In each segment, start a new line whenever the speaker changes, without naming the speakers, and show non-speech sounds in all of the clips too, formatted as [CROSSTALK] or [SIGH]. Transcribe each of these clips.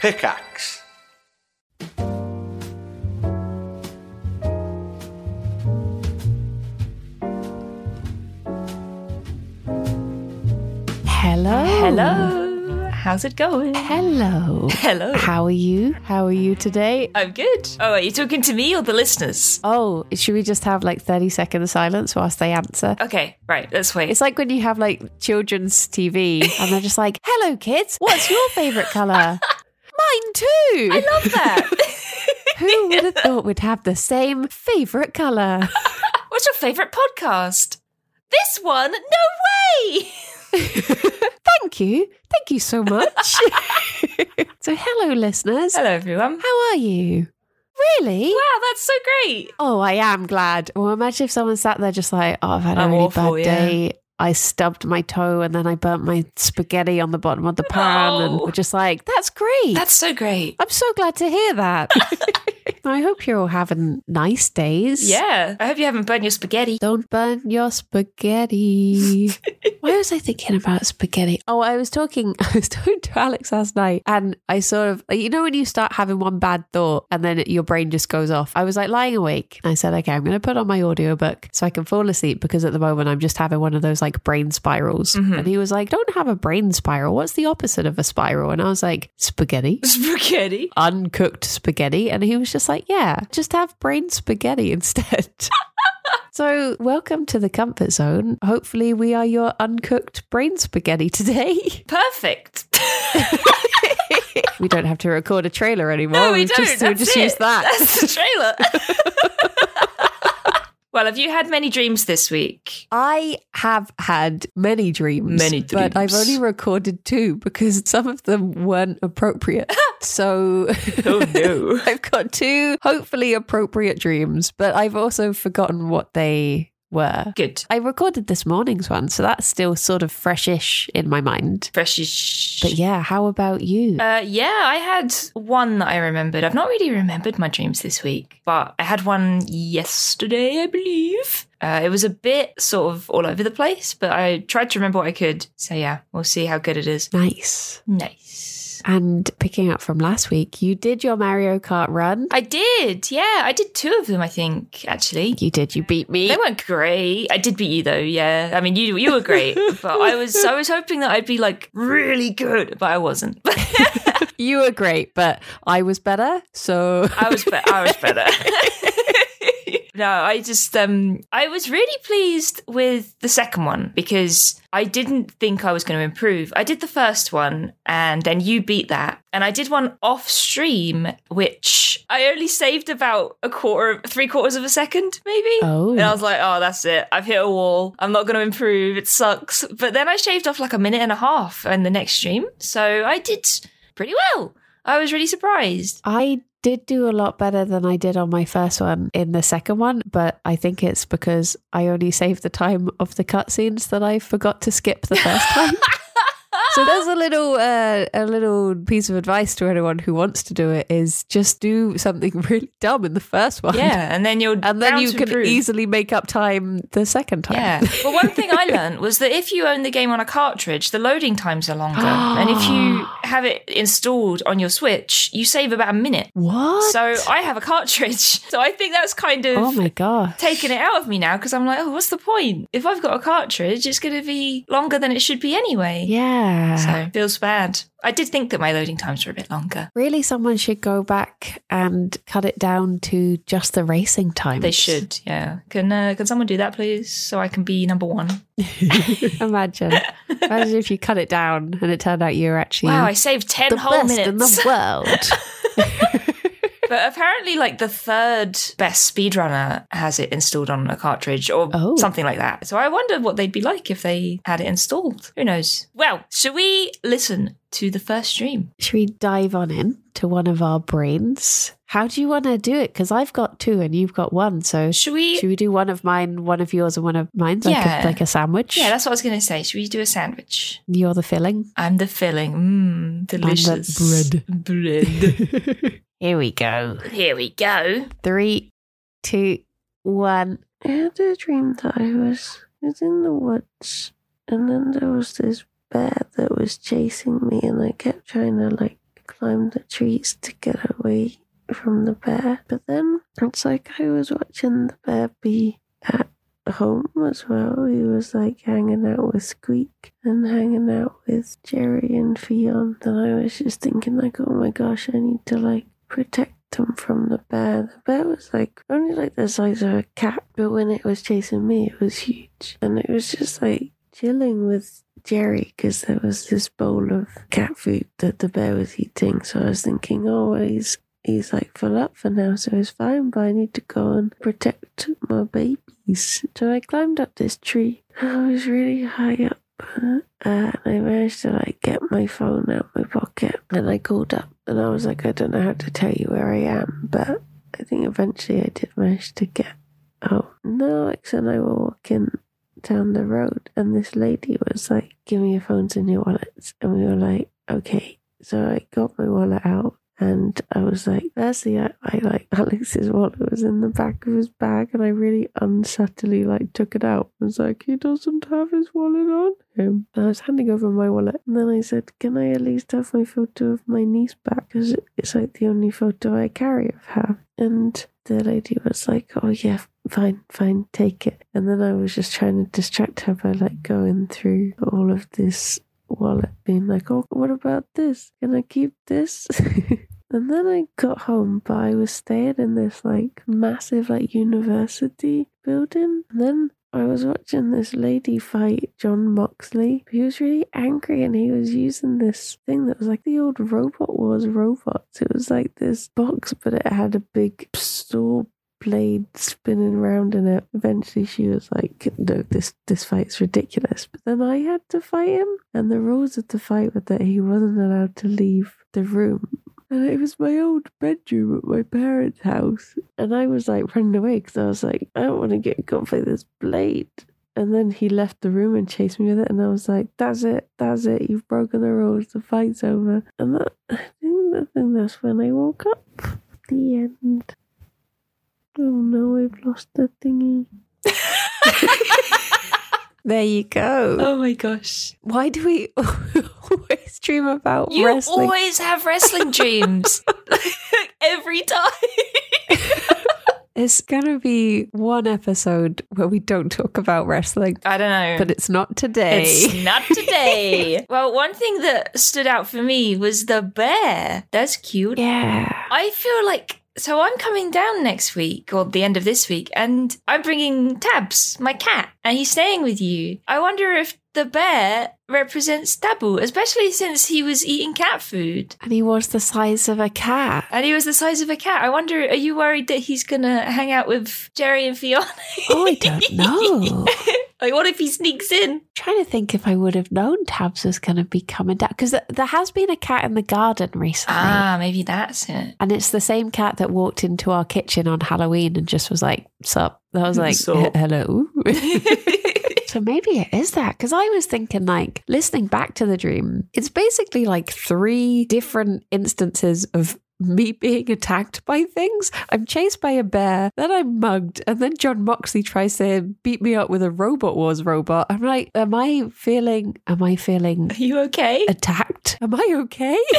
Pickaxe.
Hello.
Hello. How's it going?
Hello.
Hello.
How are you? How are you today?
I'm good. Oh, are you talking to me or the listeners?
Oh, should we just have like 30 seconds of silence whilst they answer?
Okay, right. Let's wait.
It's like when you have like children's TV and they're just like, hello, kids, what's your favourite
[LAUGHS]
colour? Mine too.
I love that.
Who would have thought we'd have the same favourite colour?
[LAUGHS] What's your favorite podcast? This one? No way.
Thank you. Thank you so
[LAUGHS]
much. [LAUGHS] so, hello, listeners.
Hello, everyone.
How are you? Really?
Wow, that's so great.
Oh, I am glad. Well, imagine if someone sat there just like, oh, I've had a
I'm
really
awful,
bad
yeah.
day. I stubbed my toe and then I burnt my spaghetti on the bottom of the pan. And
No.
we're just like, that's great.
That's so great.
I'm so glad to hear
[LAUGHS]
that. I hope you're all having nice days.
Yeah. I hope you haven't burned your spaghetti.
Don't burn your spaghetti. Why was I thinking about spaghetti? Oh, I was talking. [LAUGHS] I was talking to Alex last night, and I sort of, you know, when you start having one bad thought, and then your brain just goes off. I was like lying awake. I said, "Okay, I'm going to put on my audiobook so I can fall asleep because at the moment I'm just having one of those like brain spirals."
Mhm.
And he was like, "Don't have a brain spiral. What's the opposite of a spiral?" And I was like, "Spaghetti."
Spaghetti.
uncooked spaghetti. And he was just like, yeah, just have brain spaghetti [LAUGHS] instead. so, welcome to the comfort zone. Hopefully, we are your uncooked brain spaghetti today. [LAUGHS]
[LAUGHS] Perfect.
we don't have to record a trailer anymore.
no, Oh, we
We've
don't.
Just, we'll
That's
just
it.
use that.
That's the trailer. [LAUGHS] well, have you had many dreams this week?
[LAUGHS] I have had many dreams.
Many
But I've
dreams.
only recorded two because some of them weren't appropriate.
[LAUGHS]
so [LAUGHS]
Oh, no.
I've got two hopefully appropriate dreams, but I've also forgotten what they were.
[LAUGHS] Good.
I recorded this morning's one, so that's still sort of freshish in my mind.
Freshish.
But yeah, how about you?
Uh, yeah, I had one that I remembered. I've not really remembered my dreams this week, but I had one yesterday, I believe. Uh, it was a bit sort of all over the place, but I tried to remember what I could. So yeah, we'll see how good it is.
nice.
Nice.
And picking up from last week, you did your Mario Kart run.
I did. Yeah, I did two of them. I think actually.
You did. You beat me.
[LAUGHS] They weren't great. I did beat you though. Yeah, I mean you you were great, but I was I was hoping that I'd be like really good, but I wasn't. [LAUGHS]
You were great, but I was better. So
I was better. I was better. [LAUGHS] no, I just um I was really pleased with the second one because I didn't think I was going to improve. I did the first one and then you beat that. And I did one off stream which I only saved about a quarter 3 quarters of a second maybe.
Oh.
And I was like, "Oh, that's it. I've hit a wall. I'm not going to improve. It sucks." But then I shaved off like a minute and a half in the next stream. So I did pretty well. I was really surprised.
I did do a lot better than I did on my first one in the second one, but I think it's because I only saved the time of the cutscenes that I forgot to skip the
[LAUGHS]
first time. So there's a little uh, a little piece of advice to anyone who wants to do it is just do something [LAUGHS] really dumb in the first one. [LAUGHS]
Yeah, and then you're
And then
bound
you
to
can
improve.
easily make up time the second time.
Yeah. Well, one thing I learned was that if you own the game on a cartridge, the loading times are longer, and if
[GASPS]
you have it installed on your Switch, you save about a minute.
[LAUGHS] What?
So I have a cartridge, [LAUGHS] so I think that's kind of.
oh my gosh.
Taking it out of me now because I'm like, oh, what's the point? If I've got a cartridge, it's going to be longer than it should be anyway.
Yeah.
So feels bad. I did think that my loading times were a bit longer.
Really, someone should go back and cut it down to just the racing time.
They should, yeah. Can uh, can someone do that, please, so I can be number one?
[LAUGHS] Imagine. Imagine if you cut it down and it turned out you were actually
Wow, I saved ten
the
whole
best
minutes.
in the
[LAUGHS]
world.
But apparently, like the third best speedrunner has it installed on a cartridge or
Oh.
something like that. So I wonder what they'd be like if they had it installed. Who knows? Well, should we listen to the first stream?
should we dive on in to one of our brains? How do you want to do it? Because I've got two and you've got one. So
Should we?
should we do one of mine, one of yours, and one of mine? Like, a,
Yeah.
like a sandwich?
yeah, that's what I was going to say. Should we do a sandwich?
You're the
[LAUGHS]
filling.
I'm the filling. Mmm, delicious.
bread. [LAUGHS]
Bread.
Here we go.
Here we go.
Three, two, one.
I had a dream that I was within the woods, and then there was this bear that was chasing me, and I kept trying to like climb the trees to get away from the bear. But then it's like I was watching the bear be at home as well. He was like hanging out with Squeak and hanging out with Jerry and Fion. And I was just thinking like, oh my gosh, I need to like protect them from the bear. The bear was like only like the size of a cat, but when it was chasing me, it was huge. And it was just like chilling with Jerry because there was this bowl of cat food that the bear was eating. So I was thinking, oh, well, he's he's like full up for now, so it's fine, but I need to go and protect my babies. So I climbed up this tree. [LAUGHS] I was really high up. Uh, and I managed to like get my phone out my pocket and I called up and I was like, I don't know how to tell you where I am, but I think eventually I did manage to get home. And Alex and I were walking down the road and this lady was like, Give me your phones and your wallets. And we were like, Okay. So I got my wallet out and I was like, There's the I, I like [LAUGHS] Alex's wallet was in the back of his bag and I really unsubtly like took it out. I was like, He doesn't have his wallet on him. And I was handing over my wallet and then I said, Can I at least have my photo of my niece back? Because it's like the only photo I carry of her. And the lady was like, Oh yeah, fine, fine, take it. And then I was just trying to distract her by like going through all of this wallet, being like, oh, what about this? Can I keep this? [LAUGHS] and then I got home, but I was staying in this like massive like university building. And then I was watching this lady fight John Moxley. He was really angry and he was using this thing that was like the old robot wars robots. It was like this box, but it had a big saw blade spinning around in it. Eventually, she was like, "No, this this fight's ridiculous." But then I had to fight him, and the rules of the fight were that he wasn't allowed to leave the room. And it was my old bedroom at my parents' house, and I was like running away because I was like, "I don't want to get caught by this blade." And then he left the room and chased me with it, and I was like, "That's it, that's it. You've broken the rules. The fight's over." And that, I think I think that's when I woke up. The end. Oh no, I've lost the thingy.
There you go.
oh my gosh.
Why do we [LAUGHS] always dream about
You
wrestling?
always have
[LAUGHS]
wrestling dreams. [LAUGHS] Every time.
it's gonna be one episode where we don't talk about wrestling,
I don't know.
but it's not today. [LAUGHS]
It's not [LAUGHS] today. well, one thing that stood out for me was the bear. That's cute.
yeah.
I feel like so I'm coming down next week or the end of this week, and I'm bringing Tabs, my cat, and he's staying with you. I wonder if the bear represents Tabu, especially since he was eating cat food
And he was the size of a cat.
and he was the size of a cat. I wonder, are you worried that he's gonna hang out with Jerry and Fiona? [LAUGHS]
Oh, I [LAUGHS] don't know.
like, what if he sneaks in?
trying to think if I would have known Tabs was going to be coming down because th- there has been a cat in the garden recently.
Ah, maybe that's it.
And it's the same cat that walked into our kitchen on Halloween and just was like, sup. I [LAUGHS] was like,
Sup.
hello. [LAUGHS] so maybe it is that because I was thinking, like, listening back to the dream, it's basically like three different instances of me [LAUGHS] being attacked by things. I'm chased by a bear, then I'm mugged, and then John Moxley tries to beat me up with a Robot Wars robot. I'm like, am I feeling, am I feeling
[LAUGHS] Are you okay?
attacked? Am I okay? [LAUGHS]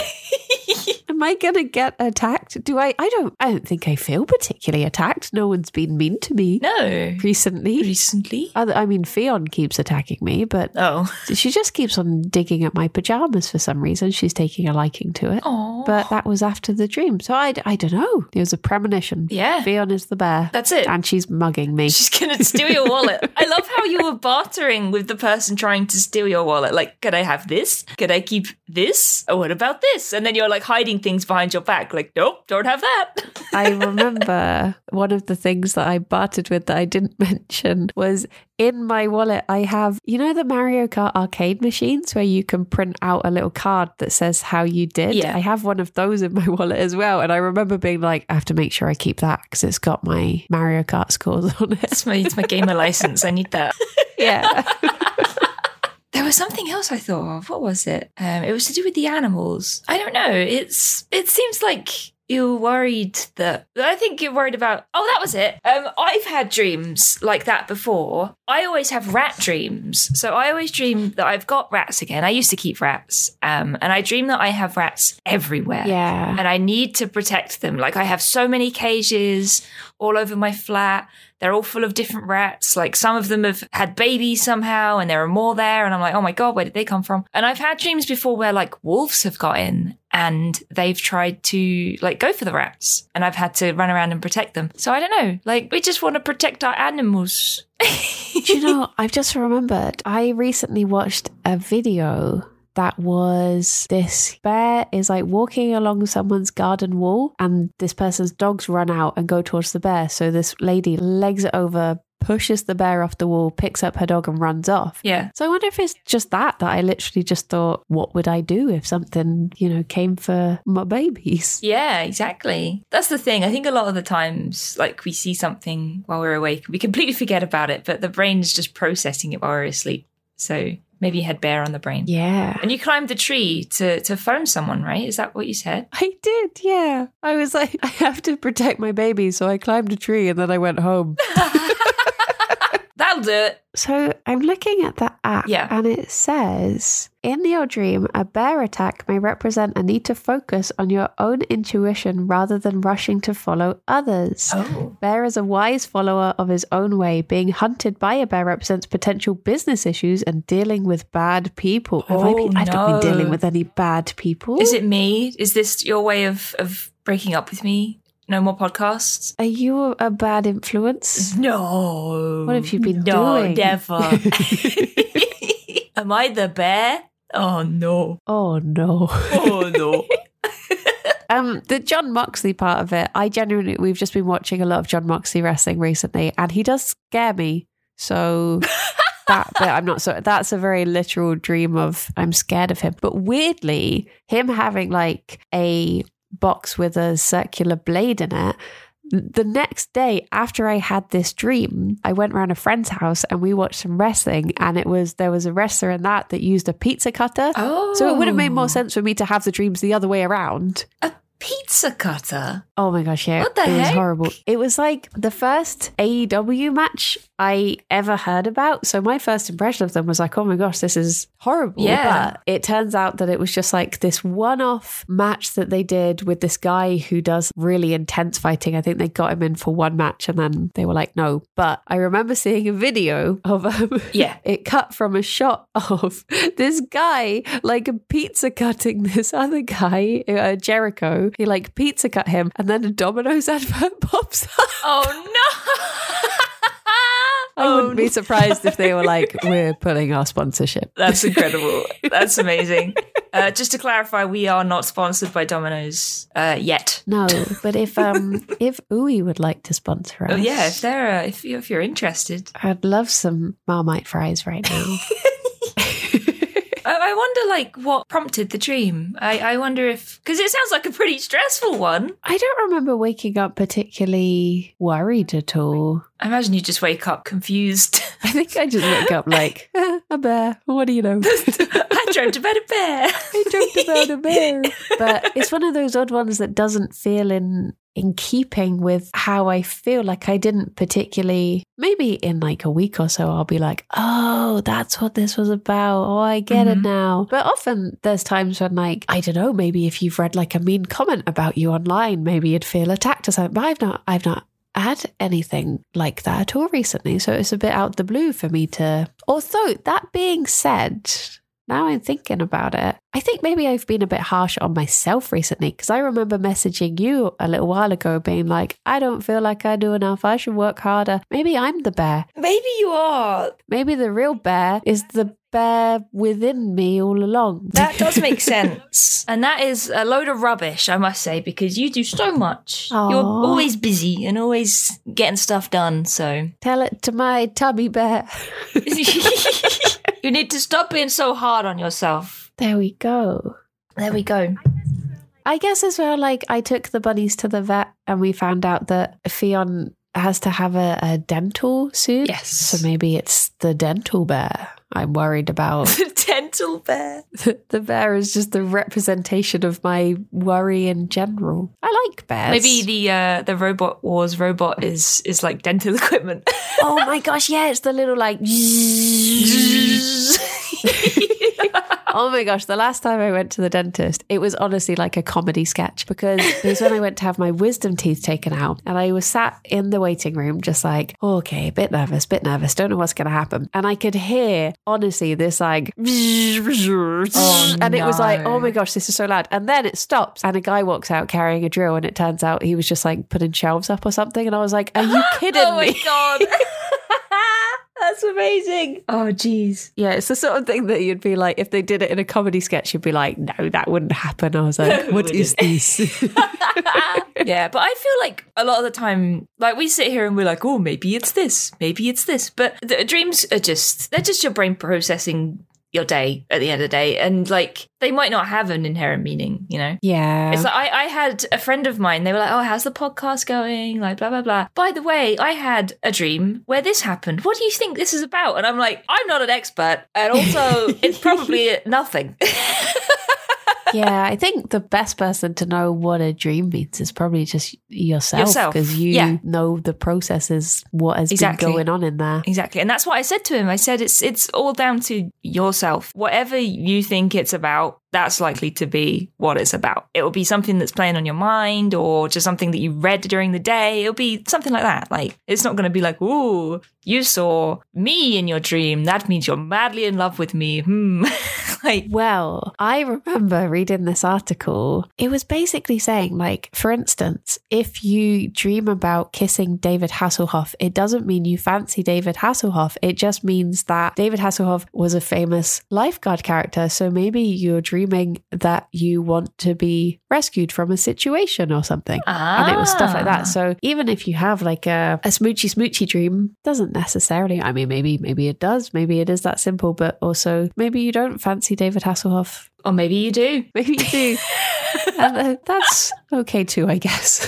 Uh, [LAUGHS]
Am I gonna get attacked? Do I? I don't. I don't think I feel particularly attacked. No one's been mean to me
no.
recently.
Recently?
Other- I mean, Fionn keeps attacking me, but
Oh.
she just keeps on digging at my pajamas for some reason. She's taking a liking to it.
Oh.
But that was after the dream, so I, I don't know. It was a premonition.
yeah,
Fionn is the bear,
that's it.
and she's mugging me.
She's [LAUGHS] gonna steal your wallet. I love how you were bartering with the person trying to steal your wallet. Like, could I have this? Could I keep this? Or what about this? And then you're like hiding things behind your back. Like, nope, don't have that.
I remember one of the things that I bartered with that I didn't [LAUGHS] mention was in my wallet. I have, you know, the Mario Kart arcade machines where you can print out a little card that says how you did.
Yeah.
I have one of those in my [LAUGHS] wallet as well. And I remember being like, I have to make sure I keep that because it's got my Mario Kart scores on it.
It's my, it's my gamer license. I need that.
Yeah.
There was something else I thought of. What was it? Um, it was to do with the animals. I don't know. It's it seems like you're worried that I think you're worried about. Oh, that was it. Um, I've had dreams like that before. I always have rat dreams, so I always dream that I've got rats again. I used to keep rats, um, and I dream that I have rats everywhere.
[LAUGHS] Yeah.
and I need to protect them. Like I have so many cages all over my flat. They're all full of different rats. Like some of them have had babies somehow, and there are more there. And I'm like, oh my god, where did they come from? And I've had dreams before where like wolves have got in and they've tried to like go for the rats, and I've had to run around and protect them. So I don't know. Like we just want to protect our animals. [LAUGHS]
Do you know, I've just remembered, I recently watched a video that was this bear is like walking along someone's garden wall, and this person's dogs run out and go towards the bear. So this lady legs it over, pushes the bear off the wall, picks up her dog, and runs off.
yeah.
So I wonder if it's just that that I literally just thought, what would I do if something, you know, came for my babies?
Yeah, exactly. That's the thing. I think a lot of the times, like we see something while we're awake, we [LAUGHS] completely forget about it, but the brain is just processing it while we're asleep. So maybe you had bear on the brain.
Yeah.
And you climbed the tree to to phone someone, right? Is that what you said?
I did, yeah. I was like, [LAUGHS] I have to protect my baby, so I climbed a tree and then I went home.
That'll do it.
So I'm looking at the app
Yeah.
and it says in your dream, a bear attack may represent a need to focus on your own intuition rather than rushing to follow others.
Oh.
Bear is a wise follower of his own way. Being hunted by a bear represents potential business issues and dealing with bad people. Have I,
Oh,
been, I don't
no.
been dealing with any bad people.
Is it me? Is this your way of of breaking up with me? No more podcasts?
Are you a- a bad influence?
No.
What have you been
no,
doing?
[LAUGHS] never. Am I the bear? Oh no.
Oh no. [LAUGHS]
Oh no.
Um, the John Moxley part of it, I genuinely, we've just been watching a lot of John Moxley wrestling recently, and he does scare me. So that bit, I'm not so. That's a very literal dream of I'm scared of him. But weirdly, him having like a box with a circular blade in it. The next day after I had this dream, I went round a friend's house and we watched some wrestling. And it was there was a wrestler in that that used a pizza cutter.
Oh.
So it would have made more sense for me to have the dreams the other way around.
A pizza cutter.
Oh my gosh, yeah.
What the
it was
heck?
horrible. It was like the first AEW match I ever heard about. So my first impression of them was like, oh my gosh, this is horrible.
Yeah.
But it turns out that it was just like this one off match that they did with this guy who does really intense fighting. I think they got him in for one match and then they were like, no. But I remember seeing a video of um,
Yeah.
it cut from a shot [LAUGHS] of this guy like pizza cutting [LAUGHS] this other guy uh, jericho he like pizza cut him and then a domino's [LAUGHS] advert pops up
Oh no. Oh,
i wouldn't be surprised if [LAUGHS] they were like we're pulling our sponsorship
[LAUGHS] That's incredible. That's amazing. Uh, just to clarify, we are not sponsored by Domino's uh, yet.
no but [LAUGHS] if um if ui would like to sponsor us
Oh yeah, if they're uh, if you if you're interested, [LAUGHS]
i'd love some marmite fries right [LAUGHS] now
I, I wonder like what prompted the dream. I, I wonder if because it sounds like a pretty stressful one.
i don't remember waking up particularly worried at all
I imagine you just wake up confused. [LAUGHS]
i think i just woke up [LAUGHS] like "Eh, a bear what do you [LAUGHS] know
I dreamt about a bear.
I dreamt about a bear. [LAUGHS] But it's one of those odd ones that doesn't feel in in keeping with how I feel. Like I didn't particularly maybe in like a week or so I'll be like, oh, that's what this was about. Oh, I get
Mhm.
it now. But often there's times when like, I don't know, maybe if you've read like a mean comment about you online, maybe you'd feel attacked or something. But I've not I've not had anything like that at all recently. So it's a bit out the blue for me to. Although, that being said, now I'm thinking about it, I think maybe I've been a bit harsh on myself recently because I remember messaging you a little while ago being like, I don't feel like I do enough. I should work harder. Maybe I'm the bear.
[LAUGHS] Maybe you are.
Maybe the real bear is the bear within me all along.
That does [LAUGHS] make sense. and that is a load of rubbish, I must say, because you do so much.
Aw.
You're always busy and always getting stuff done, [LAUGHS] so
Tell it to my tummy bear.
you need to stop being so hard on yourself.
[LAUGHS] there we go.
There we go.
I guess as well, like I took the bunnies to the vet and we found out that Fionn has to have a, a dental soon.
Yes.
So maybe it's the dental bear. I'm worried about.
[LAUGHS] The dental bear.
[LAUGHS] the bear is just the representation of my worry in general. I like bears.
Maybe the uh, the robot wars robot is is like dental [LAUGHS] equipment.
oh my gosh, yeah, it's the little like. [LAUGHS] Oh my gosh, the last time I went to the dentist, it was honestly like a comedy sketch because it was when I went to have my wisdom teeth taken out and I was sat in the waiting room just like, okay, bit nervous, bit nervous, don't know what's going to happen. And I could hear, honestly, this like, and it was like,
no.
oh my gosh, this is so loud. And then it stops and a guy walks out carrying a drill and it turns out he was just like putting shelves up or something. And I was like, are you kidding
oh my
me?
[LAUGHS] god. That's amazing. Oh jeez.
Yeah, it's the sort of thing that you'd be like, if they did it in a comedy sketch, you'd be like, no, that wouldn't happen. I was
[LAUGHS]
like,
No,
what
it
is this?
[LAUGHS] yeah, but I feel like a lot of the time, like we sit here and we're like, oh, maybe it's this, maybe it's this. But the dreams are just, they're just your brain processing your day at the end of the day. And like, they might not have an inherent meaning, you know?
yeah.
It's like I, I had a friend of mine, they were like, oh, how's the podcast going? Like, blah, blah, blah. By the way, I had a dream where this happened. What do you think this is about? And I'm like, I'm not an expert. And also, it's probably nothing.
yeah, I think the best person to know what a dream means is probably just yourself
Yourself,
because you
yeah.
know the processes, what has
Exactly.
been going on in there.
Exactly. And that's what I said to him. I said it's it's all down to yourself. Whatever you think it's about, that's likely to be what it's about. It will be something that's playing on your mind or just something that you read during the day. It'll be something like that. Like it's not going to be like, "Ooh, you saw me in your dream. That means you're madly in love with me." Hmm. [LAUGHS] like
Well, I remember reading this article. It was basically saying, like, for instance, if you dream about kissing David Hasselhoff, it doesn't mean you fancy David Hasselhoff. It just means that David Hasselhoff was a famous lifeguard character. So maybe you're dreaming that you want to be rescued from a situation or something.
ah.
And it was stuff like that. So even if you have like a, a smoochy smoochy dream, doesn't necessarily, I mean, maybe, maybe it does. Maybe it is that simple, but also maybe you don't fancy David Hasselhoff. [LAUGHS]
or maybe you do.
Maybe you do. and uh, that's okay too, I guess.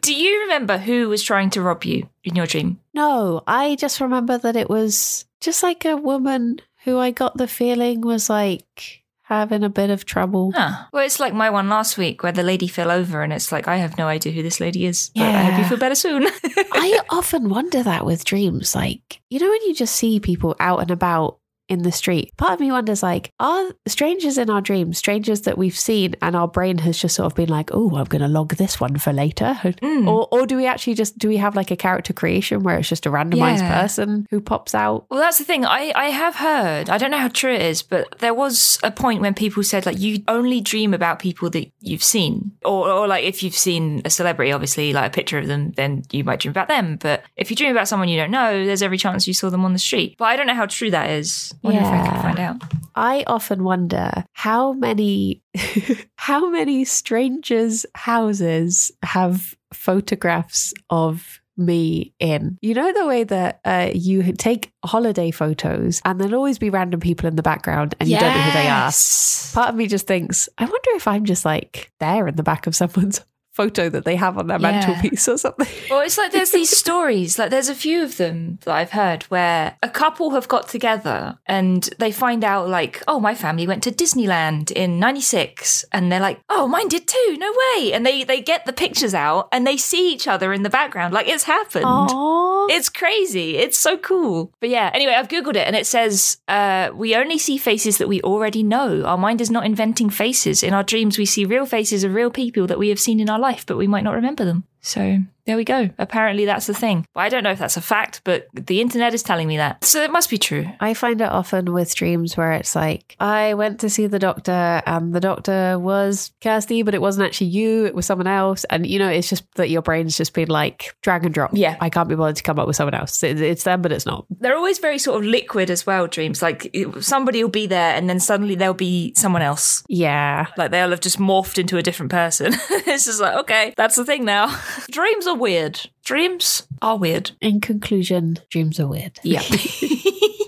Do you remember who was trying to rob you in your dream?
no, I just remember that it was just like a woman who I got the feeling was like having a bit of trouble.
Huh. Well, it's like my one last week where the lady fell over, and it's like I have no idea who this lady is. But I hope you
Yeah.
feel better soon. [LAUGHS]
I often wonder that with dreams. Like, you know, when you just see people out and about in the street, part of me wonders, like, are strangers in our dreams, strangers that we've seen, and our brain has just sort of been like, oh, I'm going to log this one for later? [LAUGHS]
Mm.
Or, or do we actually just, do we have like a character creation where it's just a randomized
Yeah.
person who pops out?
well, that's the thing. I, I have heard. I don't know how true it is, but there was a point when people said like you only dream about people that you've seen, or or like if you've seen a celebrity, obviously like a picture of them, then you might dream about them. But if you dream about someone you don't know, there's every chance you saw them on the street. But I don't know how true that is. I wonder if I can
Yeah.
find out.
I often wonder how many, [LAUGHS] how many strangers' houses have photographs of me in. You know the way that uh, you take holiday photos and there'll always be random people in the background and you don't know who they are.
Yes.
Part of me just thinks, I wonder if I'm just like there in the back of someone's [LAUGHS] photo that they have on their
Yeah.
mantelpiece or something.
Well, it's like there's these stories, like there's a few of them that I've heard where a couple have got together and they find out, like, oh, my family went to Disneyland in 96. And they're like, oh, mine did too. No way. And they, they get the pictures out and they see each other in the background. Like it's happened.
Oh. [LAUGHS] Aww.
It's crazy. It's so cool. But yeah, anyway, I've Googled it and it says uh, we only see faces that we already know. Our mind is not inventing faces. In our dreams, we see real faces of real people that we have seen in our life, but we might not remember them. So there we go. Apparently, that's the thing. But I don't know if that's a fact, but the internet is telling me that. So it must be true.
I find it often with dreams where it's like, I went to see the doctor and the doctor was Kirsty, but it wasn't actually you, it was someone else. And, you know, it's just that your brain's just been like, drag and drop.
Yeah.
I can't be bothered to come up with someone else. It- It's them, but it's not.
They're always very sort of liquid as well, dreams. Like it- somebody will be there and then suddenly there'll be someone else.
Yeah.
Like they'll have just morphed into a different person. [LAUGHS] it's just like, okay, that's the thing now. [LAUGHS] Dreams are weird. Dreams are weird.
In conclusion, dreams are weird.
Yeah.
[LAUGHS]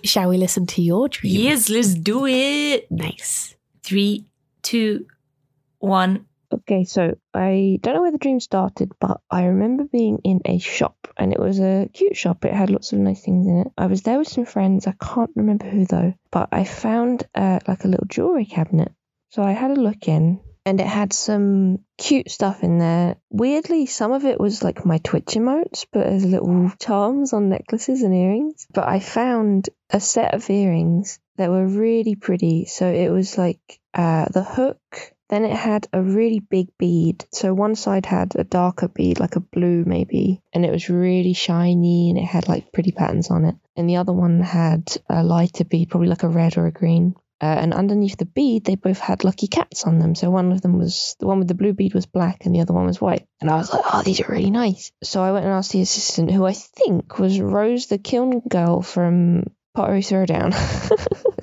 Shall we listen to your dream?
yes, let's do it.
Nice.
Three, two, one.
Okay, so I don't know where the dream started, but I remember being in a shop and it was a cute shop. It had lots of nice things in it. I was there with some friends. I can't remember who though, but I found uh, like a little jewelry cabinet. So I had a look in and it had some cute stuff in there. Weirdly, some of it was like my Twitch emotes, but as little charms on necklaces and earrings. But I found a set of earrings that were really pretty. So it was like uh, the hook. Then it had a really big bead. So one side had a darker bead, like a blue maybe, and it was really shiny and it had like pretty patterns on it. And the other one had a lighter bead, probably like a red or a green. Uh, and underneath the bead, they both had lucky cats on them. So one of them was the one with the blue bead was black, and the other one was white. And I was like, "Oh, these are really nice." So I went and asked the assistant, who I think was Rose, the kiln girl from Pottery Throwdown.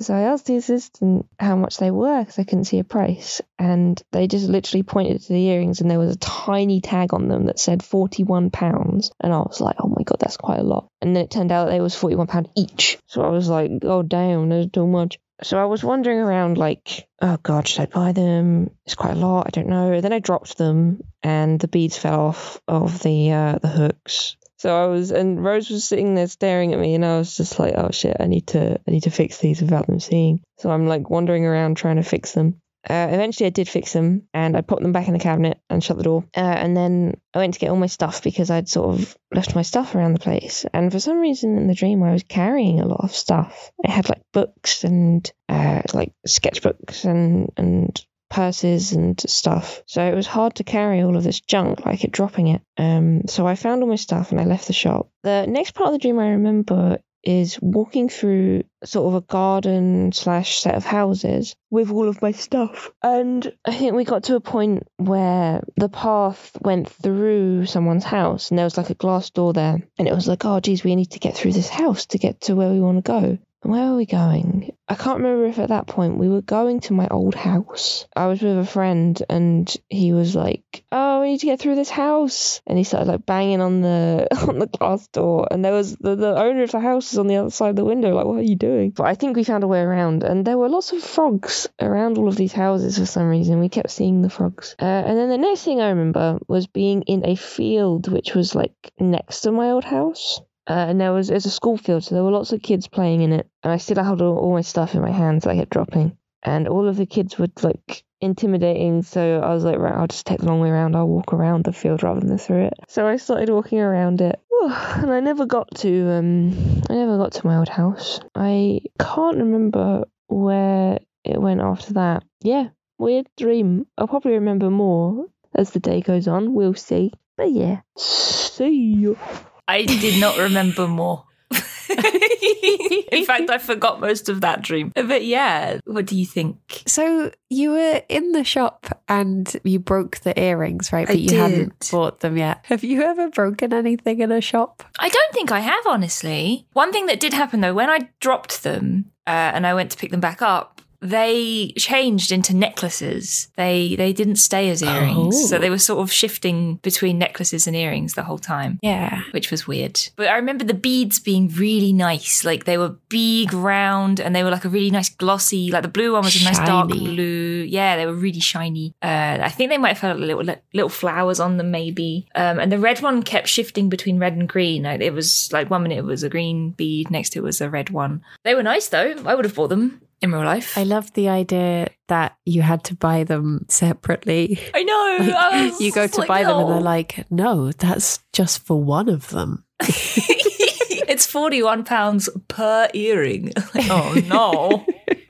[LAUGHS] so I asked the assistant how much they were because I couldn't see a price, and they just literally pointed to the earrings, and there was a tiny tag on them that said forty-one pounds, and I was like, "Oh my god, that's quite a lot." And then it turned out they was forty-one pound each. So I was like, "Oh damn, that's too much." so I was wandering around like, oh god, should I buy them? It's quite a lot. I don't know. Then I dropped them, and the beads fell off of the uh, the hooks. So I was, and Rose was sitting there staring at me, and I was just like, oh shit, I need to, I need to fix these without them seeing. So I'm like wandering around trying to fix them. Uh, eventually, I did fix them, and I popped them back in the cabinet and shut the door. Uh, and then I went to get all my stuff because I'd sort of left my stuff around the place. And for some reason, in the dream, I was carrying a lot of stuff. I had like books and uh, like sketchbooks and and purses and stuff. So it was hard to carry all of this junk, like it dropping it. Um, so I found all my stuff and I left the shop. The next part of the dream I remember is walking through sort of a garden slash set of houses with all of my stuff. And I think we got to a point where the path went through someone's house and there was like a glass door there. And it was like, oh, geez, we need to get through this house to get to where we want to go. And where were we going? I can't remember if at that point we were going to my old house. I was with a friend and he was like, "Oh, we need to get through this house," and he started like banging on the [LAUGHS] on the glass door. And there was the, the owner of the house is on the other side of the window. Like, what are you doing? But I think we found a way around, and there were lots of frogs around all of these houses for some reason. We kept seeing the frogs. Uh, and then the next thing I remember was being in a field which was like next to my old house. Uh, and there was it's a school field, so there were lots of kids playing in it. And I still held all, all my stuff in my hands that I kept dropping. And all of the kids were like intimidating, so I was like, right, I'll just take the long way around. I'll walk around the field rather than through it. So I started walking around it, and I never got to um, I never got to my old house. I can't remember where it went after that. Yeah, weird dream. I'll probably remember more as the day goes on. We'll see. But yeah, see you.
I did not remember more. [LAUGHS] in fact, I forgot most of that dream. But yeah, what do you think?
So you were in the shop and you broke the earrings, right?
I
But you hadn't
did.
bought them yet. Have you ever broken anything in a shop?
I don't think I have, honestly. One thing that did happen though, when I dropped them uh, and I went to pick them back up, they changed into necklaces. They they didn't stay as earrings, so
Oh.
they were sort of shifting between necklaces and earrings the whole time.
Yeah.
which was weird. But I remember the beads being really nice. Like they were big, round, and they were like a really nice glossy. Like the blue one was a nice dark
Shiny.
blue. Yeah, they were really shiny. Uh, I think they might have had little little flowers on them, maybe. Um, and the red one kept shifting between red and green. Like, it was like one minute it was a green bead, next to it was a red one. They were nice though. I would have bought them in real life.
I love the idea that you had to buy them separately.
[LAUGHS]
[LAUGHS]
I know.
Like,
I was
you go to
like,
buy them and
"Oh."
they're like, no, that's just for one of them.
[LAUGHS] it's forty-one pounds per earring. Like, oh no,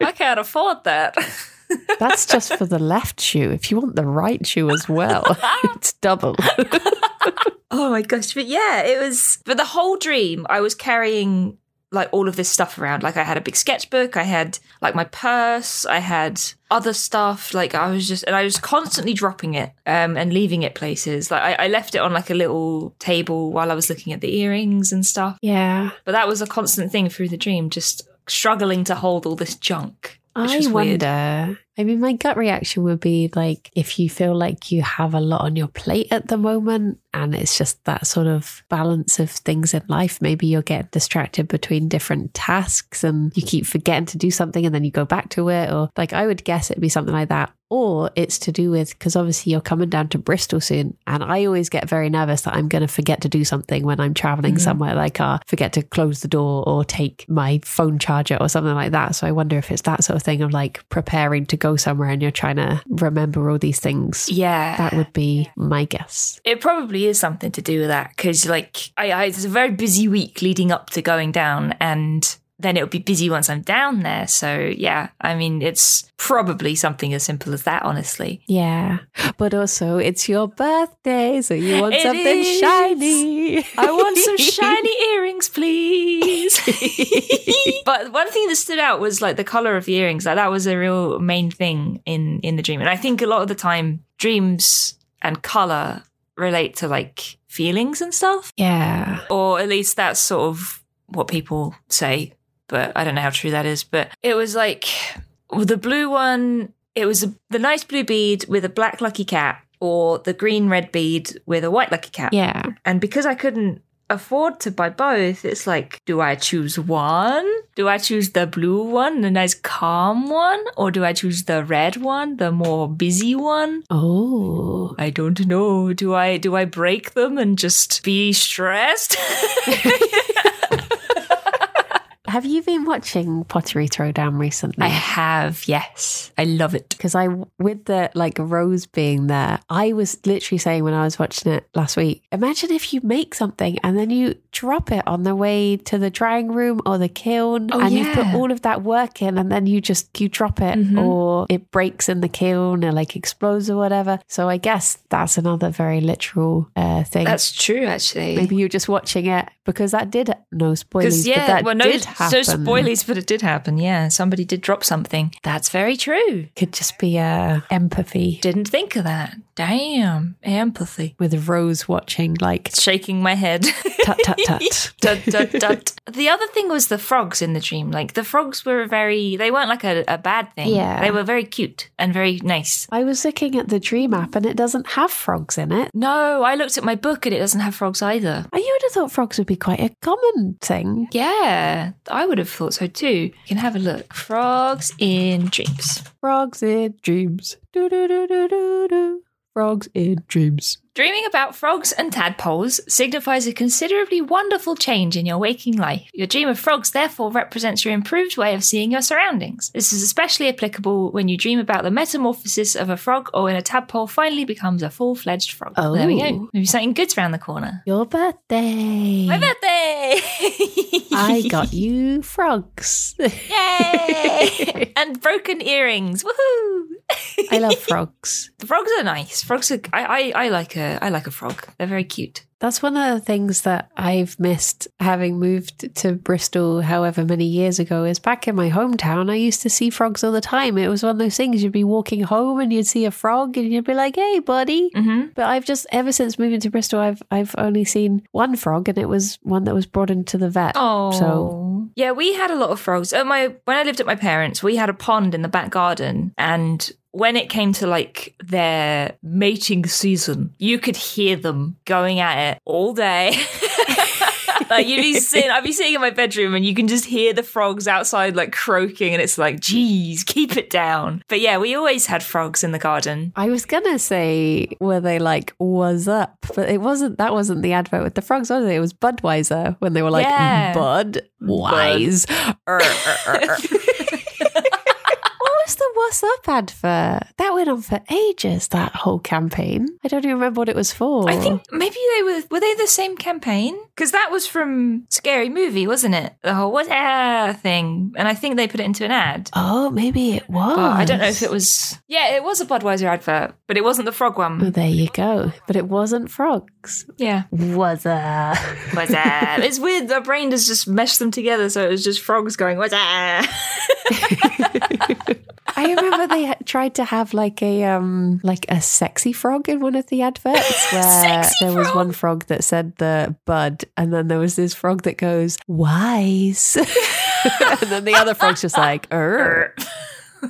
I can't afford that.
That's just for the left shoe. If you want the right shoe as well, [LAUGHS] it's
[LAUGHS]
double.
[LAUGHS] oh my gosh! But yeah, it was. But the whole dream, I was carrying like all of this stuff around. Like I had a big sketchbook. I had like my purse. I had other stuff. Like I was just, and I was constantly dropping it um, and leaving it places. Like I, I left it on like a little table while I was looking at the earrings and stuff.
Yeah.
But that was a constant thing through the dream, just struggling to hold all this junk. Which
I
was weird.
wonder. I mean, my gut reaction would be like if you feel like you have a lot on your plate at the moment, and it's just that sort of balance of things in life. Maybe you'll get distracted between different tasks and you keep forgetting to do something and then you go back to it, or like I would guess it'd be something like that. or it's to do with because obviously you're coming down to Bristol soon, and I always get very nervous that I'm going to forget to do something when I'm traveling
Mhm.
somewhere, like uh, forget to close the door or take my phone charger or something like that. So I wonder if it's that sort of thing of like preparing to go somewhere and you're trying to remember all these things.
Yeah.
That would be my guess.
It probably is something to do with that because, like, I, I it's a very busy week leading up to going down, and then it'll be busy once I'm down there. So yeah, I mean, it's probably something as simple as that, honestly.
Yeah. But also, it's your birthday, so you want
It
something
is.
shiny.
I want
[LAUGHS]
some shiny earrings, please. but one thing that stood out was like the color of the earrings. Like that was a real main thing in in the dream, and I think a lot of the time dreams and color relate to like feelings and stuff.
Yeah.
or at least that's sort of what people say but i don't know how true that is but it was like with the blue one it was a, the nice blue bead with a black lucky cat or the green red bead with a white lucky cat
Yeah.
and because i couldn't afford to buy both it's like do i choose one do i choose the blue one the nice calm one or do i choose the red one the more busy one
Oh.
I don't know. Do I do I break them and just be stressed? [LAUGHS]
Have you been watching Pottery Throwdown recently?
I have, yes. I love it.
because I with the like rose being there, I was literally saying when I was watching it last week, imagine if you make something and then you drop it on the way to the drying room or the kiln
Oh,
and you put
yeah.
all of that work in and then you just you drop it
Mhm.
or it breaks in the kiln or like explodes or whatever. So I guess that's another very literal uh, thing.
true, actually.
Maybe you're just watching it because that did no spoilers.
because
but
yeah,
that
well, no,
did
so
happen.
spoilies, but it did happen. Yeah, somebody did drop something. That's very true.
could just be uh, empathy
Didn't think of that. Damn, empathy.
with Rose watching like
Shaking my head. [LAUGHS]
tut tut tut.
Dut, dut, dut. The other thing was the frogs in the dream. Like the frogs were very, they weren't like a, a bad thing.
Yeah.
they were very cute and very nice.
[LAUGHS] I was looking at the dream app and it doesn't have frogs in it.
No, I looked at my book and it doesn't have frogs either.
Oh, You would have thought frogs would be quite a common thing.
Yeah, I would have thought so too. You can have a look. Frogs in dreams.
Frogs in dreams. Do do do do do do. Frogs in dreams.
Dreaming about frogs and tadpoles signifies a considerably wonderful change in your waking life. Your dream of frogs therefore represents your improved way of seeing your surroundings. This is especially applicable when you dream about the metamorphosis of a frog or when a tadpole finally becomes a full fledged frog.
Oh.
There we go. Maybe something good's around the corner.
Your [LAUGHS] birthday.
My birthday!
I got you frogs.
[LAUGHS]
[LAUGHS]
Yay! and broken earrings. Woohoo!
I love frogs.
The frogs are nice. Frogs are. I, I, I like a. I like a frog. They're very cute.
That's one of the things that I've missed having moved to Bristol however many years ago is back in my hometown I used to see frogs all the time. It was one of those things you'd be walking home and you'd see a frog and you'd be like, "Hey buddy."
Mm-hmm.
But I've just ever since moving to Bristol I've I've only seen one frog and it was one that was brought into the vet.
Oh.
So-
yeah, we had a lot of frogs. At my when I lived at my parents, we had a pond in the back garden, and when it came to like their mating season, you could hear them going at it all day. [LAUGHS] like you'd be sitting, I'd be sitting in my bedroom, and you can just hear the frogs outside like croaking, and it's like, geez, keep it down. But yeah, we always had frogs in the garden.
I was gonna say were they like was up, but it wasn't. That wasn't the advert with the frogs, was it? It was Budweiser when they were like
Yeah.
Bud Wise. Er, er, er, er. What was the What's Up advert? That went on for ages, that whole campaign. I don't even remember what it was for.
I think maybe they were were they the same campaign? Because that was from Scary Movie, wasn't it? The whole what air thing, and I think they put it into an ad.
Oh, maybe it was.
But I don't know if it was. Yeah, it was a Budweiser advert, but it wasn't the frog
Oh,
one.
there you go. But it wasn't frogs.
Yeah,
Was
[LAUGHS]
a.
what's up? it's weird. Our brain has just meshed them together, so it was just frogs going ah." what's up?
I remember they had tried to have like a um like a sexy frog in one of the [LAUGHS] adverts where
Sexy
there was
frog.
one frog that said the bud and then there was this frog that goes wise [LAUGHS] and then the other frog's just like er.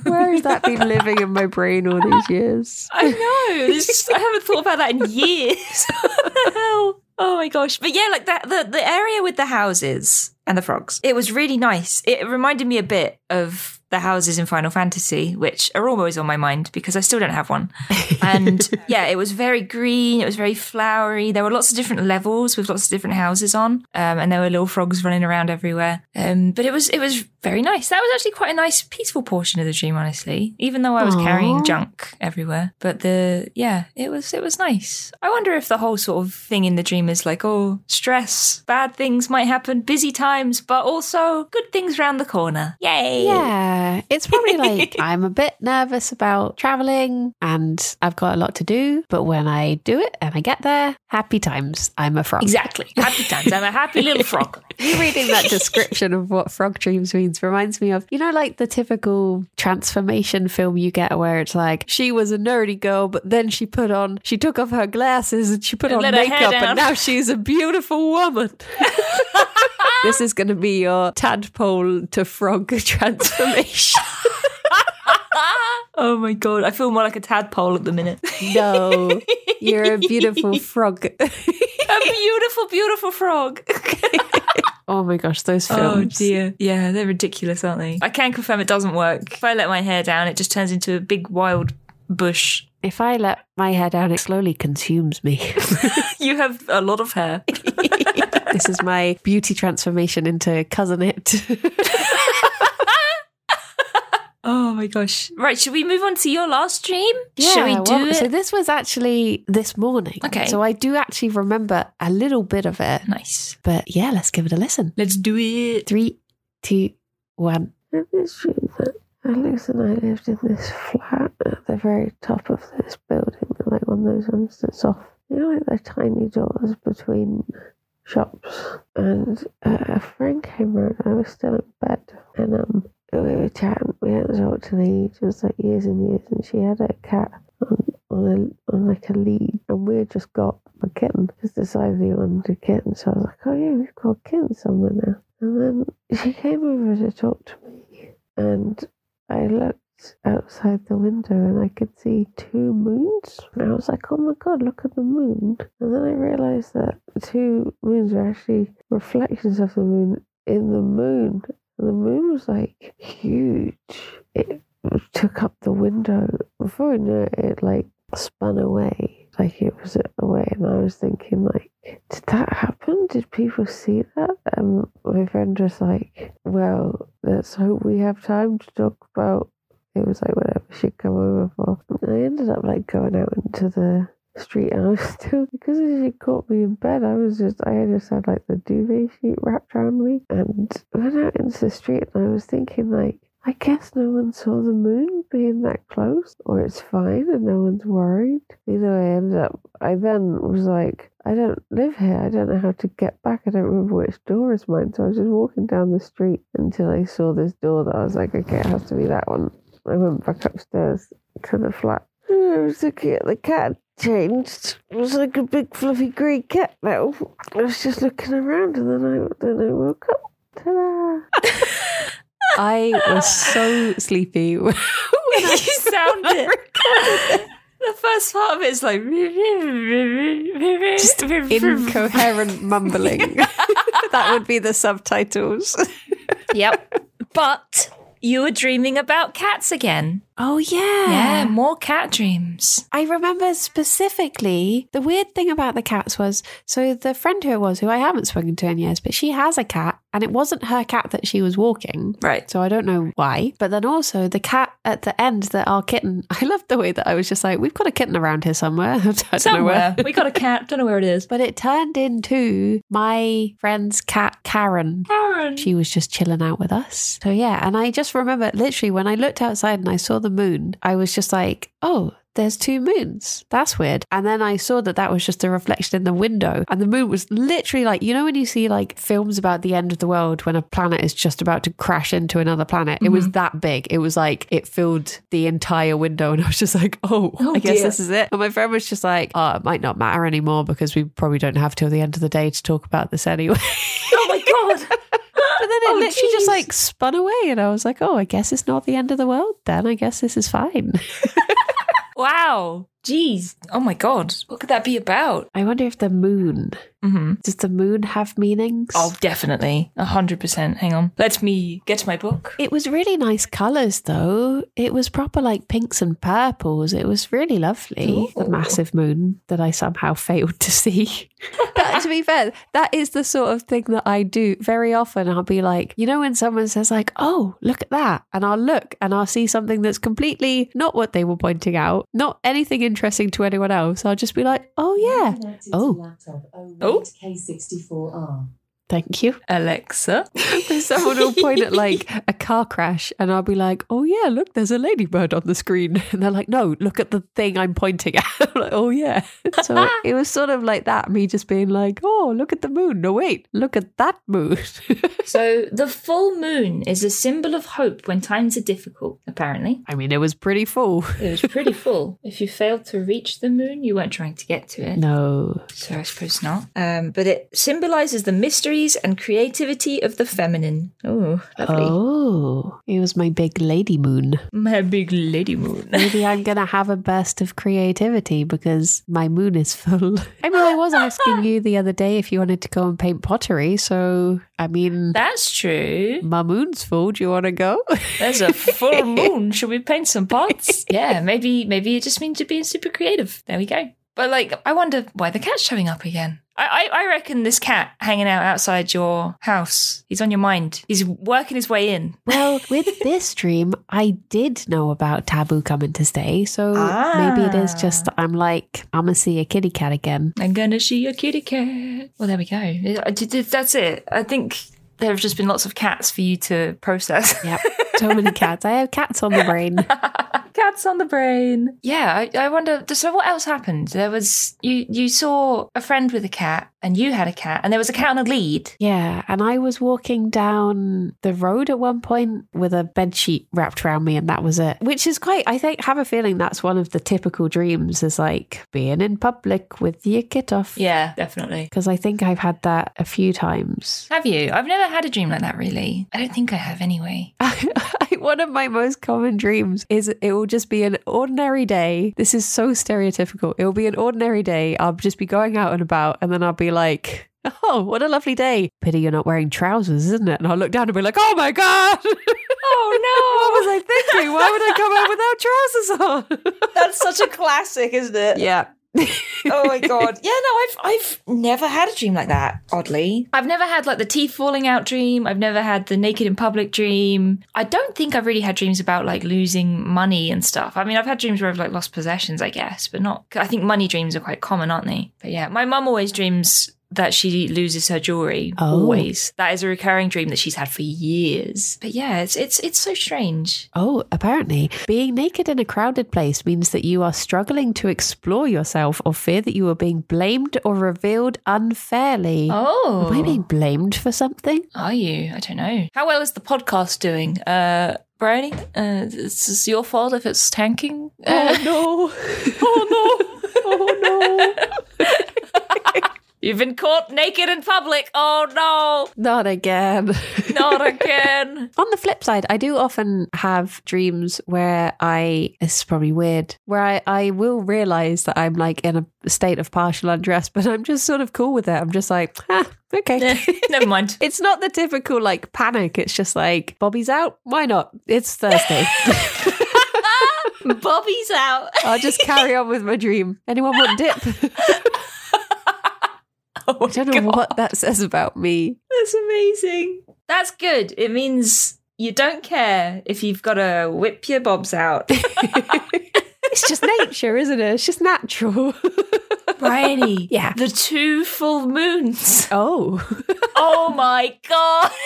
where has that been living in my brain all
[LAUGHS]
these years?
[LAUGHS] I know. This is- I haven't thought about that in years. [LAUGHS] what the hell? Oh my gosh. But yeah, like that the, the area with the houses and the frogs. It was really nice. It reminded me a bit of the houses in Final Fantasy, which are always on my mind because I still don't have one.
[LAUGHS]
And yeah, it was very green, it was very flowery. There were lots of different levels with lots of different houses on, um, and there were little frogs running around everywhere. Um, but it was it was very nice. That was actually quite a nice peaceful portion of the dream, honestly. Even though I was
Aw.
carrying junk everywhere, but the yeah, it was it was nice. I wonder if the whole sort of thing in the dream is like, oh, stress, bad things might happen, busy times, but also good things round the corner. Yay!
Yeah, it's probably [LAUGHS] like I'm a bit nervous about traveling and I've got a lot to do, but when I do it and I get there, happy times. I'm a frog.
Exactly. Happy times. I'm a
[LAUGHS]
happy little frog.
You reading that description of what frog dreams means reminds me of, you know, like the typical transformation film you get where it's like, she was a nerdy girl, but then she put on, she took off her glasses and she put
And
on
let her hair
makeup
down.
and now she's a beautiful
[LAUGHS]
woman. this is going to be your tadpole to frog [LAUGHS]
[LAUGHS]
transformation.
oh my god, I feel more like a tadpole at the [LAUGHS] minute.
no, you're a beautiful
[LAUGHS]
frog.
a beautiful, beautiful [LAUGHS] frog.
oh my gosh, those films.
oh dear. Yeah, they're ridiculous, aren't they? I can confirm it doesn't work. If I let my hair down, it just turns into a big wild bush.
If I let my hair down, it slowly consumes me.
[LAUGHS]
[LAUGHS]
You have a lot of hair. [LAUGHS]
this is my beauty transformation into cousin it. [LAUGHS]
Oh my gosh. Right, should we move on to your last dream? should we do
well,
it?
So this was actually this morning.
Okay.
So I do actually remember a little bit of it,
nice.
but yeah, let's give it a listen.
Let's do it.
Three, two, one.
It is true that Alex and I lived in this flat at the very top of this building, like one of those ones that's off. You know, like the tiny doors between shops. And uh, a friend came round, I was still in bed, and um, we were chatting. We hadn't talked in ages, like years and years, and she had a cat. On, on, a, on like a lead, and we had just got a kitten. Just decided he wanted a kitten, so I was like, "Oh yeah, we've got a kitten somewhere now." And then she came over to talk to me, and I looked outside the window and I could see two moons. And I was like, oh my god, look at the moon. And then I realized that two moons are actually reflections of the moon in the moon. And the moon was like huge. It took up the window. Before I knew it, it like spun away. Like it was away, and I was thinking, like, did that happen? Did people see that? Um, my friend was like, well, let's hope we have time to talk about. It was like whatever she'd come over for. And I ended up like going out into the street, and I was still because she caught me in bed. I was just I just had like the duvet sheet wrapped around me, and went out into the street, and I was thinking like. I guess no one saw the moon being that close, or it's fine and no one's worried. Either way, I ended up. I then was like, I don't live here. I don't know how to get back. I don't remember which door is mine. So I was just walking down the street until I saw this door that I was like, okay, it has to be that one. I went back upstairs to the flat. I was looking at the cat changed. It was like a big fluffy grey cat now. I was just looking around and then I then I woke up. Ta-da!
I was [LAUGHS] so sleepy. when
you [LAUGHS]
I-
sound [LAUGHS] it. the first part of it is like
Just [LAUGHS]
[LAUGHS]
Incoherent mumbling. [LAUGHS] that would be the subtitles.
Yep. But you were dreaming about cats again.
Oh
Yeah, more cat dreams.
I remember specifically the weird thing about the cats was so the friend who it was, who I haven't spoken to in years, but she has a cat and it wasn't her cat that she was walking.
Right.
So I don't know why. But then also the cat at the end that our kitten, [LAUGHS] I loved the way that I was just like, we've got a kitten around here somewhere. [LAUGHS] I don't know
Somewhere.
where.
we got a cat. Don't know where it is.
But it turned into my friend's cat, Karen.
Karen.
She was just chilling out with us. So, yeah. And I just remember literally when I looked outside and I saw the moon, I was just like, oh, there's two moons. That's weird. And then I saw that that was just a reflection in the window. And the moon was literally like, you know, when you see like films about the end of the world when a planet is just about to crash into another planet, it
Mm-hmm.
was that big. It was like, it filled the entire window. And I was just like, oh,
Oh,
I guess
dear.
this is it. And my friend was just like, oh, it might not matter anymore because we probably don't have till the end of the day to talk about this anyway.
Oh my god.
But then it
Oh,
literally
geez.
just like spun away, and I was like, "Oh, I guess it's not the end of the world. Then I guess this is fine."
Wow. Jeez. Oh my God. What could that be about?
I wonder if the moon
Mm-hmm.
does the moon have meanings?
Oh, definitely. 100%. Hang on. Let me get my book.
It was really nice colours though. It was proper like pinks and purples. It was really lovely. The
Ooh.
massive moon that I somehow [LAUGHS] failed to see. That- to be fair, that is the sort of thing that I do very often. I'll be like, you know, when someone says like, "Oh, look at that," and I'll look and I'll see something that's completely not what they were pointing out, not anything interesting to anyone else. I'll just be like, "Oh yeah, Oh.
Oh. Laptop,
Oh.
oh. K64R.
thank you."
Alexa.
Then someone will point at like a car crash and I'll be like, oh yeah, look, there's a ladybird on the screen. [LAUGHS] And they're like, no, look at the thing I'm pointing at. [LAUGHS] I'm like, oh yeah. So it was sort of like that, me just being like, oh, look at the moon. No, wait, look at that moon. [LAUGHS]
So, the full moon is a symbol of hope when times are difficult, apparently.
I mean, it was pretty full.
It was pretty full. If you failed to reach the moon, you weren't trying to get to it.
No.
So I suppose not. Um, but it symbolizes the mysteries and creativity of the feminine. Oh, lovely.
Oh, it was my big lady moon.
My big lady moon.
Maybe I'm going to have a burst of creativity because my moon is full. [LAUGHS] I mean, I was [LAUGHS] asking you the other day if you wanted to go and paint pottery. So, I mean,
That's true.
My moon's full. Do you want to go? [LAUGHS]
There's a full moon. Should we paint some pots? yeah, maybe maybe it just means you're being super creative. There we go. But like, I wonder why the cat's showing up again. I, I, I reckon this cat hanging out outside your house. He's on your mind. He's working his way in.
well, with this dream, I did know about Taboo coming to stay. So maybe it is just that I'm like, I'm going to see a kitty cat again.
I'm gonna see a kitty cat. Well, there we go. I- I- That's it. I think there have just been lots of cats for you to process. [LAUGHS]
Yep. So [LAUGHS] many cats. I have cats on the brain.
Cats on the brain. Yeah, I, I wonder. So, what else happened? There was you. You saw a friend with a cat, and you had a cat, and there was a cat on a lead.
Yeah. And I was walking down the road at one point with a bed sheet wrapped around me, and that was it. Which is quite, I think, have a feeling that's one of the typical dreams is like being in public with your kit off.
Yeah, definitely.
Because I think I've had that a few times.
Have you? I've never had a dream like that. Really, I don't think I have. Anyway.
I- [LAUGHS] one of my most common dreams is it will just be an ordinary day. This is so stereotypical. It will be an ordinary day. I'll just be going out and about, and then I'll be like, "Oh, what a lovely day! Pity you're not wearing trousers, isn't it?" And I'll look down and be like, "Oh my [LAUGHS] god!
Oh
[LAUGHS] what was I thinking? Why would I come out without trousers on?"
[LAUGHS] That's such a classic,
[LAUGHS]
isn't [LAUGHS] it?
yeah.
oh [LAUGHS] my god. Yeah, no, I've I've never had a dream like that, oddly. I've never had like the teeth falling out dream. I've never had the naked in public dream. I don't think I've really had dreams about like losing money and stuff. I mean, I've had dreams where I've like lost possessions, I guess, but not I think money dreams are quite common, aren't they? But yeah, my mum always dreams that she loses her jewelry
Oh.
always. That is a recurring dream that she's had for years. But yeah, it's it's it's so strange.
[LAUGHS] Oh, apparently, being naked in a crowded place means that you are struggling to explore yourself or fear that you are being blamed or revealed unfairly.
Oh.
Am I being blamed for something?
Are you? I don't know. How well is the podcast doing? Uh Bryony, uh, this is your fault if it's tanking. [LAUGHS] Uh,
[LAUGHS]
no. oh no. Oh no.
you've been caught naked in public. Oh no,
Not again. [LAUGHS]
not [LAUGHS] again.
On the flip side, I do often have dreams where I, it's probably weird, where I, I will realize that I'm like in a state of partial undress, but I'm just sort of cool with it. I'm just like, ah, okay.
[LAUGHS] Never mind.
it's not the typical like panic. It's just like, Bobby's out. Why not? It's [LAUGHS] Thursday.
Bobby's out.
I'll just carry on with my dream. Anyone want [LAUGHS] dip?
[LAUGHS] Oh my
I don't know
God.
what that says about me.
That's amazing. That's good. It means you don't care if you've got to whip your bobs [LAUGHS] out.
It's just nature, isn't it? It's just natural. [LAUGHS]
Bryony,
Yeah.
the two full moons.
Oh,
[LAUGHS] Oh my god.
[LAUGHS]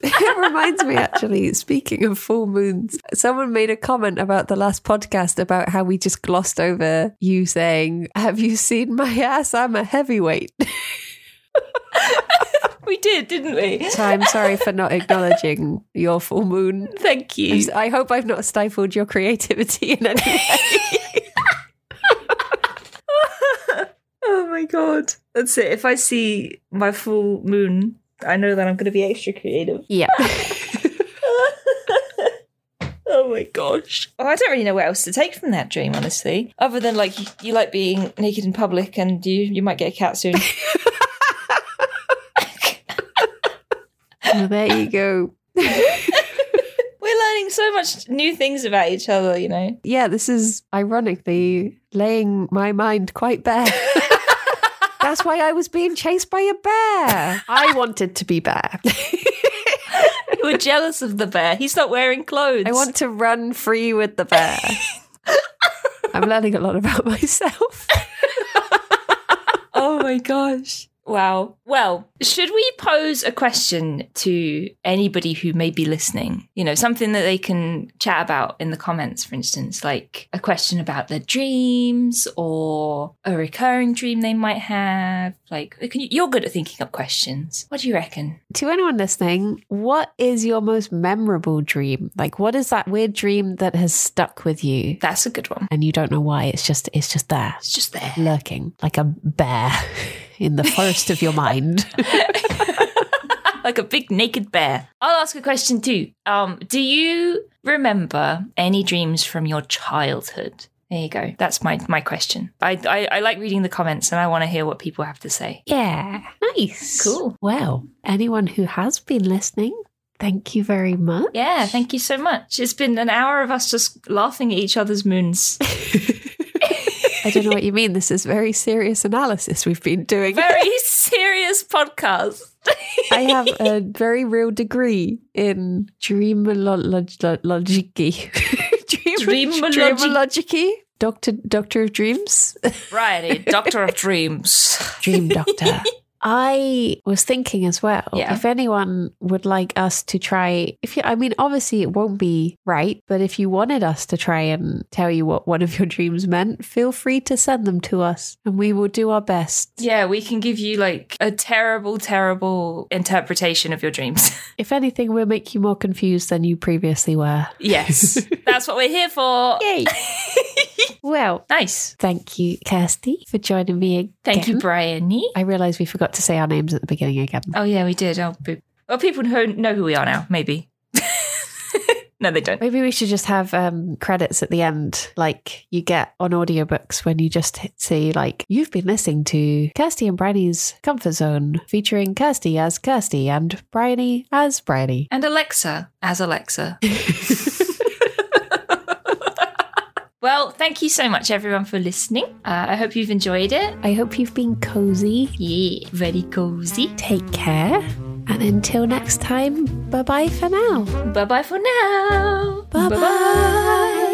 it reminds me actually, speaking of full moons, someone made a comment about the last podcast about how we just glossed over you saying, Have you seen my ass? I'm a heavyweight.
[LAUGHS] we did, didn't [LAUGHS] we?
So I'm sorry for not acknowledging your full moon.
Thank you.
I'm s- I hope I've not stifled your creativity in any way.
[LAUGHS] oh my god. That's it. If I see my full moon, I know that I'm going to be extra creative.
yeah.
[LAUGHS] oh my my gosh. Oh, I don't really know what else to take from that dream, honestly. Other than like you, you like being naked in public and you you might get a cat [LAUGHS] soon.
Well, [LAUGHS] there you go.
We're learning so much new things about each other, you know.
Yeah, this is ironically laying my mind quite [LAUGHS] bare. That's why I was being chased by a bear. I wanted to be bear.
You [LAUGHS] were jealous of the bear. He's not wearing clothes.
I want to run free with the bear. [LAUGHS] I'm learning a lot about [LAUGHS] myself.
oh my gosh. Wow. Well, should we pose a question to anybody who may be listening? You know, something that they can chat about in the comments, for instance, like a question about their dreams or a recurring dream they might have. Like, can you, you're good at thinking up questions. What do you reckon?
to anyone listening, what is your most memorable dream? Like, what is that weird dream that has stuck with you,
That's a good one.
and you don't know why? It's just, it's just there,
It's just there.
lurking like a bear [LAUGHS] in the forest of your mind.
[LAUGHS] like a big naked bear. I'll ask a question too. Um, do you remember any dreams from your childhood? There you go. That's my my question. I I, I like reading the comments and I want to hear what people have to say.
[LAUGHS] Yeah. Nice.
Cool.
Well, anyone who has been listening, thank you very much.
Yeah, thank you so much. It's been an hour of us just laughing at each other's [LAUGHS] moons.
I don't know what you mean. This is very serious analysis we've been [LAUGHS] doing.
Very serious podcast.
I have a very real degree in [LAUGHS] dreamology.
Dreamology.
Dreamology. Doctor, doctor of dreams.
Righty, Doctor of Dreams.
[LAUGHS] dream doctor. I was thinking as well,
Yeah.
if anyone would like us to try, if you, I mean, obviously it won't be right, but if you wanted us to try and tell you what one of your dreams meant, feel free to send them to us and we will do our best.
Yeah, we can give you like a terrible, terrible interpretation of your dreams.
If anything, we'll make you more confused than you previously were.
yes, that's what we're here for.
Yay. well,
Nice.
thank you, Kirsty, for joining me again.
Thank you, Bryony.
I realised we forgot to say our names at the beginning again.
Oh yeah, we did. Oh, boo. Well, people who know who we are now, maybe. [LAUGHS] no, they don't.
Maybe we should just have um, credits at the end, like you get on audiobooks when you just hit see, like, you've been listening to Kirsty and Bryony's Comfort Zone, featuring Kirsty as Kirsty and Bryony as Bryony.
And Alexa as Alexa. well, thank you so much, everyone, for listening. Uh, I hope you've enjoyed it.
I hope you've been cozy.
Yeah, very cozy.
Take care. And until next time, bye bye for now.
Bye bye for now.
Bye bye.